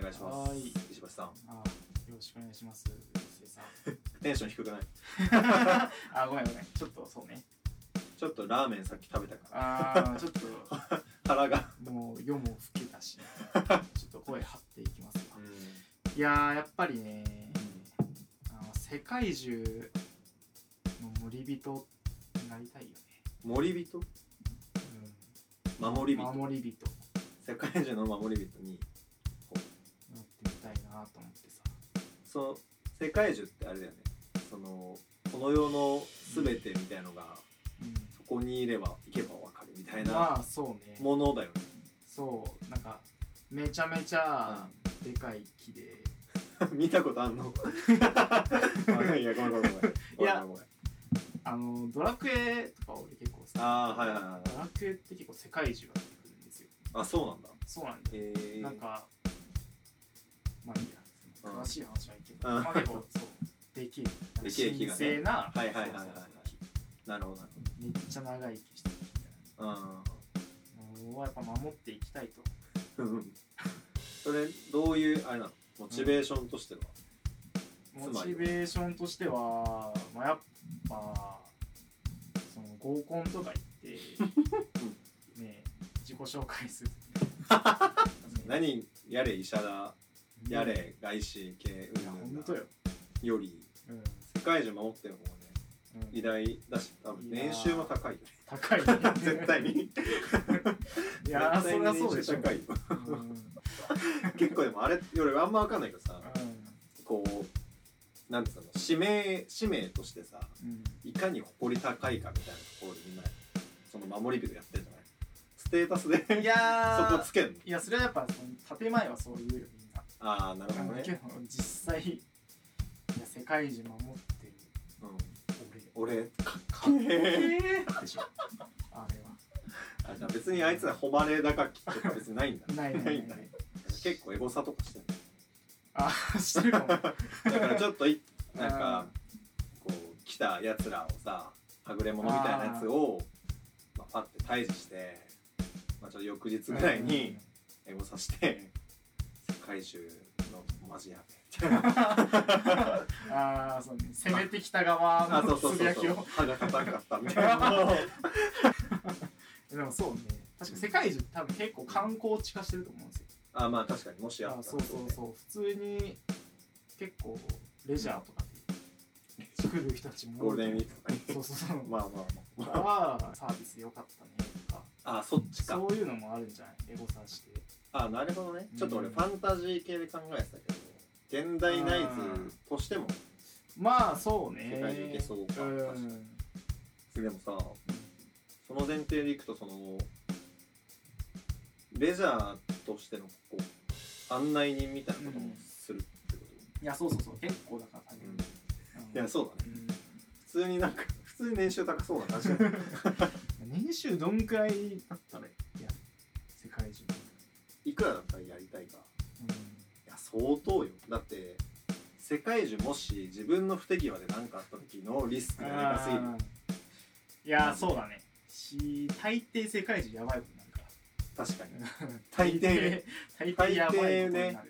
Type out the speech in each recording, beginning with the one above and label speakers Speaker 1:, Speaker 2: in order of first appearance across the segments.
Speaker 1: 願いします
Speaker 2: はい
Speaker 1: 石橋さん
Speaker 2: あーよろしくお願いします。せ いさん
Speaker 1: テンション低くない
Speaker 2: あーごめんごめん。ちょっとそうね。
Speaker 1: ちょっとラーメンさっき食べたか
Speaker 2: ああちょっと
Speaker 1: ら腹が
Speaker 2: もう夜も更けたし、ちょっ と声張っていきますわ。いやーやっぱりね、あの世界中の森人になりたいよね。
Speaker 1: 森人守り人
Speaker 2: 守り人に
Speaker 1: 世界中の守り人に
Speaker 2: なってみたいなと思ってさ。
Speaker 1: その世界中ってあれだよねそのこの世の全てみたいのが
Speaker 2: う
Speaker 1: そこにいれば行けばわかるみたい
Speaker 2: ん、
Speaker 1: な
Speaker 2: まあそうね。
Speaker 1: ものだよね
Speaker 2: そうなんかめちゃめちゃでかい木で、
Speaker 1: 見たことあん のいやごめんごめんごめん
Speaker 2: いや
Speaker 1: ごめんごめん
Speaker 2: あのドラクエとか俺結構好き
Speaker 1: あーはいはいはい
Speaker 2: ドラクエって結構世界中が出てくるんですよ
Speaker 1: あそうなんだ
Speaker 2: そうなんだよ、
Speaker 1: えー、
Speaker 2: なんかまあいいやその詳しい話はいいけど、
Speaker 1: うん
Speaker 2: まあでもそうできる
Speaker 1: でけえ木が
Speaker 2: 神
Speaker 1: ね
Speaker 2: 聖な、
Speaker 1: いはいはいはいはい
Speaker 2: そうそう
Speaker 1: なるほどなる
Speaker 2: そうめっちゃ長生きしてるみ
Speaker 1: ほ
Speaker 2: た
Speaker 1: ど
Speaker 2: いなのをやっぱ守っていきたいと
Speaker 1: うん それどういうあれなのモチベーションとしては、
Speaker 2: モチベーションとしては、まあ、やっぱその合コンとか 行って、ね、自己紹介する、ね、
Speaker 1: 何やれ医者だや
Speaker 2: い
Speaker 1: れ外資系
Speaker 2: や
Speaker 1: うんぬ
Speaker 2: 本
Speaker 1: んだ
Speaker 2: 当よ、
Speaker 1: より
Speaker 2: うん
Speaker 1: 世界中守ってる方がね
Speaker 2: うん
Speaker 1: 偉大だし多分
Speaker 2: いやー
Speaker 1: 年収も高いよね
Speaker 2: 高い、ね、
Speaker 1: 絶対にい
Speaker 2: いやーそりゃそうでしょ、
Speaker 1: 高いよ
Speaker 2: うんうん
Speaker 1: 結構でもあれ俺あんま分かんないけどさこうなんていうの使命使命としてさ
Speaker 2: うん
Speaker 1: いかに誇り高いかみたいなところでみんなその守り人やってるじゃないステータスで
Speaker 2: いや
Speaker 1: そ
Speaker 2: ー
Speaker 1: こつけんの
Speaker 2: いやそれはやっぱその建前はそう言うよみんな
Speaker 1: ああなるほど
Speaker 2: け
Speaker 1: ね、
Speaker 2: ど実際いや世界中守ってる
Speaker 1: うん、
Speaker 2: 俺
Speaker 1: 俺か
Speaker 2: かっ
Speaker 1: っ
Speaker 2: こ
Speaker 1: え
Speaker 2: ええでしょあれは
Speaker 1: あじゃあ別にあいつは誉れ高きとか別にないんだ
Speaker 2: ないないないない
Speaker 1: 結構エゴサとかしてる
Speaker 2: あして るかも
Speaker 1: だからちょっとい
Speaker 2: うん
Speaker 1: なんかこう来たやつらをさはぐれ者みたいなやつをまあ、パッて退治して、まあ、ちょっと翌日ぐらいにエゴサして世界中のマジやべえみたい な
Speaker 2: ああそうね攻めてきた側
Speaker 1: あそ
Speaker 2: の
Speaker 1: うそう
Speaker 2: つぶ
Speaker 1: そう
Speaker 2: やき
Speaker 1: そう
Speaker 2: を
Speaker 1: 歯が硬かったみた いなのを
Speaker 2: でもそうね確か世界中多分結構観光地化してると思うんですよ
Speaker 1: あまあ確かにもしやった
Speaker 2: あ
Speaker 1: ら
Speaker 2: そうそうそう普通に結構レジャーとかで来る人たちも
Speaker 1: ゴー
Speaker 2: 多い
Speaker 1: ル
Speaker 2: と思う
Speaker 1: デンウィークとかに
Speaker 2: そうそうそう
Speaker 1: まあまあま
Speaker 2: あはサービス良かったねとか
Speaker 1: ああそっちか
Speaker 2: そういうのもあるんじゃないエゴサして
Speaker 1: あなるほどねちょっと俺
Speaker 2: うん
Speaker 1: ファンタジー系で考えてたけど現代ナイズとしても
Speaker 2: まあそうね
Speaker 1: 世界に行けそうか
Speaker 2: うん
Speaker 1: 確かにでもさその前提でいくとそのレジャーとしてのこう案内人みたいなこともするってこ
Speaker 2: いやそうそうそう結構だから大
Speaker 1: と、
Speaker 2: 変うん
Speaker 1: いやそうだね
Speaker 2: うん
Speaker 1: 普通になんか普通に年収高そうな感じだね
Speaker 2: 年収どんくらいだったらいや世界中
Speaker 1: いくらだったらやりたいか
Speaker 2: うん
Speaker 1: いや相当よだって世界中もし自分の不手際で何かあった時のリスクがでかすぎる
Speaker 2: あーいやそうだねし大抵世界中やばいことになるから
Speaker 1: 確かに 大抵
Speaker 2: 大抵やばいことにな
Speaker 1: 大抵
Speaker 2: る、
Speaker 1: ね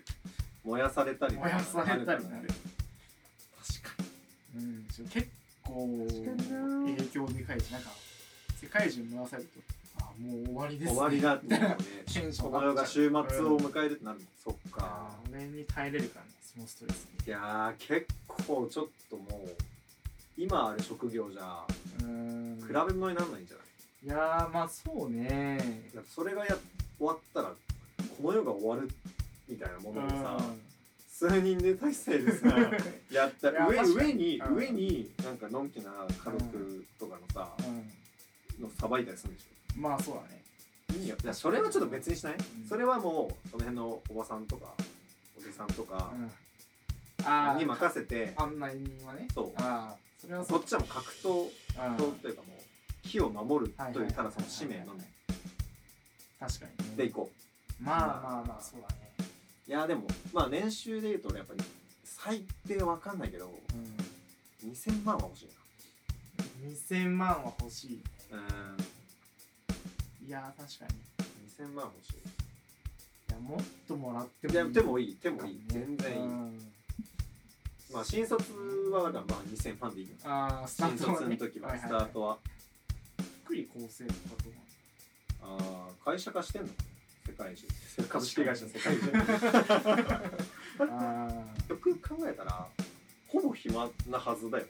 Speaker 1: 燃やされたりとか
Speaker 2: 燃やされたりね
Speaker 1: あるからね
Speaker 2: うん、結構
Speaker 1: 確かにな
Speaker 2: 影響でかいしなんか世界中回されるとあもう終わりです、
Speaker 1: 終わりだって
Speaker 2: みたいな
Speaker 1: ね
Speaker 2: テンショ
Speaker 1: こ
Speaker 2: ン上
Speaker 1: の
Speaker 2: が
Speaker 1: 世
Speaker 2: っちゃ
Speaker 1: が
Speaker 2: う
Speaker 1: 週末を迎えるっ てなるのそっか
Speaker 2: あー俺に耐えれるからねそのストレス
Speaker 1: いやー結構ちょっともう今ある職業じゃ
Speaker 2: にうん
Speaker 1: 比べ物にならないんじゃない
Speaker 2: いやーまあそうね
Speaker 1: だってそれがや終わったらこの世が終わるみたいなものをさ
Speaker 2: うん
Speaker 1: 数人で体制 でさやったら
Speaker 2: い
Speaker 1: 上
Speaker 2: や確か
Speaker 1: 上
Speaker 2: に
Speaker 1: に
Speaker 2: うん
Speaker 1: 上になんかのんきな家族とかのさ
Speaker 2: うん
Speaker 1: のさばいたりするんでしょ
Speaker 2: まあそうだね
Speaker 1: いいよいやそれはちょっと別にしない、
Speaker 2: ん
Speaker 1: それはもうその辺のおばさんとかおじさんとか
Speaker 2: うんあ
Speaker 1: に
Speaker 2: あ
Speaker 1: 任せて
Speaker 2: 案内人はね
Speaker 1: そう
Speaker 2: ああそれはそ
Speaker 1: こ
Speaker 2: う
Speaker 1: っちはもう格闘
Speaker 2: うん
Speaker 1: とというかもう木を守る
Speaker 2: はい
Speaker 1: と
Speaker 2: はいいう
Speaker 1: ただその使命のみ
Speaker 2: 確かにね
Speaker 1: でいこ
Speaker 2: まあまあまあそうだね
Speaker 1: ういやでもまあ年収で言うと俺やっぱり最低わかんないけど
Speaker 2: うん
Speaker 1: 2000万は欲しい
Speaker 2: 2000万は欲しい
Speaker 1: なうん
Speaker 2: いやー確かに
Speaker 1: 2000万欲しい
Speaker 2: いやもっともらって
Speaker 1: いや
Speaker 2: も
Speaker 1: 手もいい手もいい
Speaker 2: ね
Speaker 1: 全然いい、
Speaker 2: うん
Speaker 1: まあ新卒はだからまあ2000万でいいよ
Speaker 2: ああスタ
Speaker 1: 新
Speaker 2: ートは
Speaker 1: 卒の
Speaker 2: ね
Speaker 1: 時は
Speaker 2: はい
Speaker 1: ス
Speaker 2: はい
Speaker 1: タ
Speaker 2: はい
Speaker 1: ートは
Speaker 2: 福利厚生とかどうなの
Speaker 1: あー会社化してんのかな世界中 株式会社世界中
Speaker 2: あ
Speaker 1: よく考えたらほぼ暇なはずだよ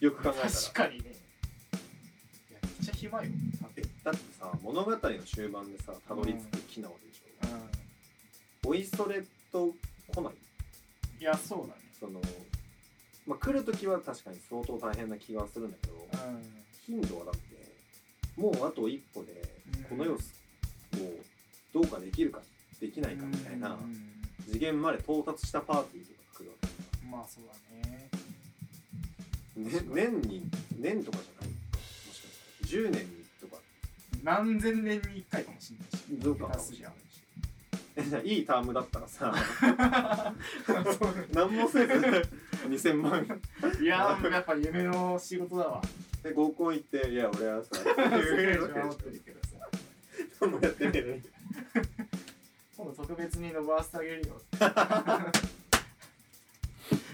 Speaker 1: よく考えたら
Speaker 2: 確かにねいやめっちゃ暇よ多
Speaker 1: え
Speaker 2: 分
Speaker 1: だってさ物語の終盤でさたどり着く機能でしょ、
Speaker 2: うん
Speaker 1: おいそれと来ない
Speaker 2: いやそうだね
Speaker 1: その、まあ、来る時は確かに相当大変な気がするんだけど
Speaker 2: うん
Speaker 1: 頻度はだってもうあと一歩で
Speaker 2: うん
Speaker 1: この世をどうかできるかできないかみたいな
Speaker 2: うん
Speaker 1: 次元まで到達したパーティーとか来るわ
Speaker 2: まあそうだね
Speaker 1: け、ね、年に年とかじゃないもしかしたら10年にとか
Speaker 2: 何千年に一回かもしれないし
Speaker 1: どうかかもしれないしえじゃあいいタームだった らさ何もせず2000万
Speaker 2: いやーやっぱ夢の仕事だわ。
Speaker 1: で合コン行って「いや俺 はさ」って
Speaker 2: 世
Speaker 1: 言
Speaker 2: 界
Speaker 1: う
Speaker 2: 中
Speaker 1: わけ
Speaker 2: 守っ
Speaker 1: で
Speaker 2: てるけどさ
Speaker 1: しょもうやってねえのに
Speaker 2: 今度特別に伸ばしてあげるよ。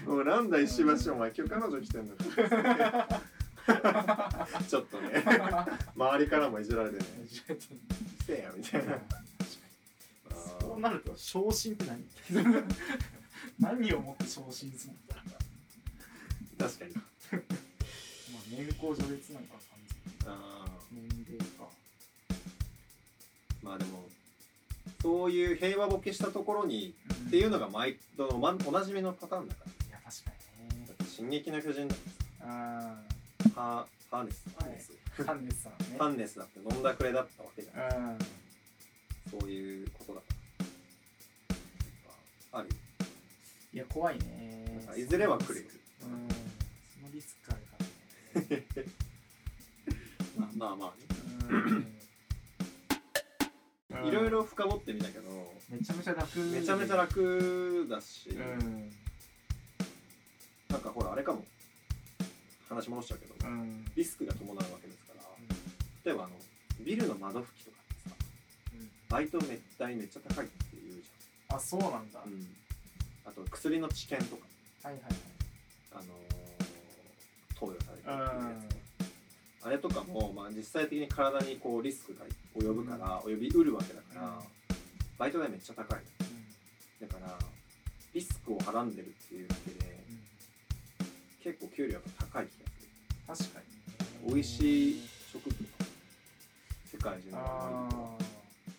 Speaker 1: もうなんだ石橋お前今日彼女来 てんのかちょっとね周りからもいじられてね「せえや」みたいなあー
Speaker 2: そうなると昇進って何？ 何をもって昇進するの？ま
Speaker 1: 確かに
Speaker 2: あ年功序列なんかは完
Speaker 1: あー
Speaker 2: 全に年齢か。。
Speaker 1: まあでもそういう平和ボケしたところにっていううん
Speaker 2: い
Speaker 1: のが毎度まおなじみのパターンだから
Speaker 2: や確かにね
Speaker 1: だ。って「進撃の巨人」だって
Speaker 2: あ
Speaker 1: さハーハーネスハーネス、
Speaker 2: あ、ハンネスさんね。
Speaker 1: ハーネスだって飲んだくれだったわけじゃない
Speaker 2: うん。
Speaker 1: そういうことだからやっぱあるよ
Speaker 2: いや怖いね
Speaker 1: なんかいずれは来るよ、
Speaker 2: うん。そのリスクあるからね。
Speaker 1: まあまあまあ
Speaker 2: うん
Speaker 1: ねいろいろ深掘ってみたけど
Speaker 2: めちゃめちゃ楽
Speaker 1: めちゃめちゃ楽だし、
Speaker 2: うん
Speaker 1: なんかほらあれかも話戻しちゃうけど、
Speaker 2: うん
Speaker 1: リスクが伴うわけですから例えばあのビルの窓拭きとかってさバイトめ代めっちゃ高いって言うじ
Speaker 2: あそうなんだ、
Speaker 1: ゃん、あと薬の治験とか
Speaker 2: はいはい
Speaker 1: あのー投与されてるや
Speaker 2: はい
Speaker 1: つあれとかも、まあ、実際的に体にこうリスクが及ぶから、及びうるわけだから、
Speaker 2: うん
Speaker 1: バイト代めっちゃ高いだからリスクをはらんでるっていうだけで
Speaker 2: うん
Speaker 1: 結構給料が高い気がす
Speaker 2: 確か
Speaker 1: る
Speaker 2: に
Speaker 1: 美味しい植物とか世界中の
Speaker 2: あ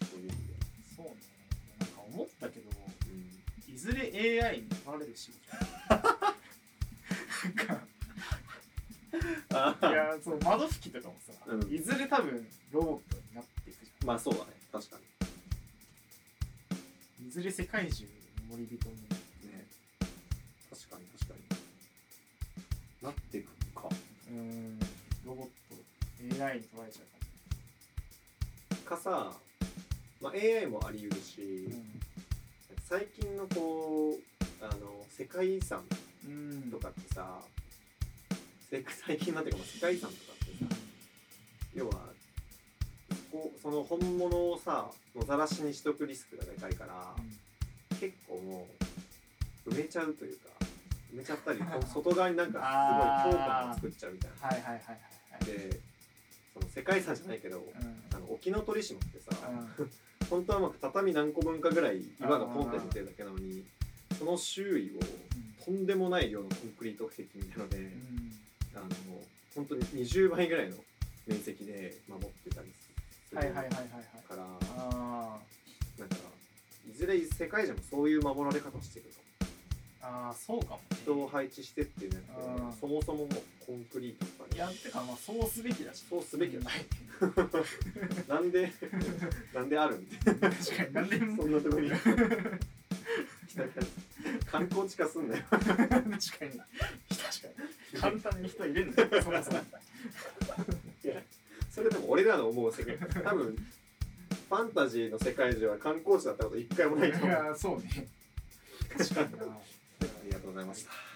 Speaker 2: あ
Speaker 1: そういう意味で、
Speaker 2: そうねなんか思ったけどいずれ AI に取られる仕 事なん
Speaker 1: あ
Speaker 2: かい
Speaker 1: あ
Speaker 2: やそう窓拭きとかもさ、
Speaker 1: うん
Speaker 2: いずれ多分ロボットになっていくじ
Speaker 1: まあそうだね確か
Speaker 2: ゃんいずれ世界中の森人に
Speaker 1: にね確かに確かになっていくか
Speaker 2: うんロボット AI に取られちゃうかも
Speaker 1: かさ、まあ、AI もあり得るし、最近のこうあの世界遺産
Speaker 2: うん
Speaker 1: とかってさ、せ最近なんていうかまあ世界遺産とかってさ要はそこその本物をさ野ざらしにしとくリスクがでかいから結構もう埋めちゃうというか埋めちゃったりこう外側になんかすごい強化を作っちゃうみたい
Speaker 2: はいはいはいはい
Speaker 1: な。でその世界遺産じゃないけど
Speaker 2: はいうん
Speaker 1: あの沖ノ鳥島ってさ、
Speaker 2: うん
Speaker 1: 本当はまあ畳何個分かぐらい岩がポンって出てるだけなのにその周囲をとんでもない量のコンクリート壁みたいので、
Speaker 2: う
Speaker 1: あの本当に20倍ぐらいの面積で守ってたりす
Speaker 2: んは
Speaker 1: る
Speaker 2: いはいはいはいはい
Speaker 1: から
Speaker 2: あ
Speaker 1: なんかいずれ世界でもそういう守られ方をしてると
Speaker 2: ーあーそうかもね
Speaker 1: 人を配置してっていうのや
Speaker 2: うん
Speaker 1: ってそもそももうコンクリートとか
Speaker 2: い
Speaker 1: ね
Speaker 2: やてかまあそうすべきだし
Speaker 1: そうすべきだし
Speaker 2: はい
Speaker 1: なんで なんであるんで
Speaker 2: 確かに何で
Speaker 1: そ
Speaker 2: も
Speaker 1: んなとこに観光地化すんなよ
Speaker 2: 確かに確かに簡単に人入れんだよそもそも
Speaker 1: それでも俺らの思う世界多分ファンタジーの世界中は観光地だったこと一回もないと
Speaker 2: い
Speaker 1: 思う
Speaker 2: やそうね確かにな
Speaker 1: ありがとうございました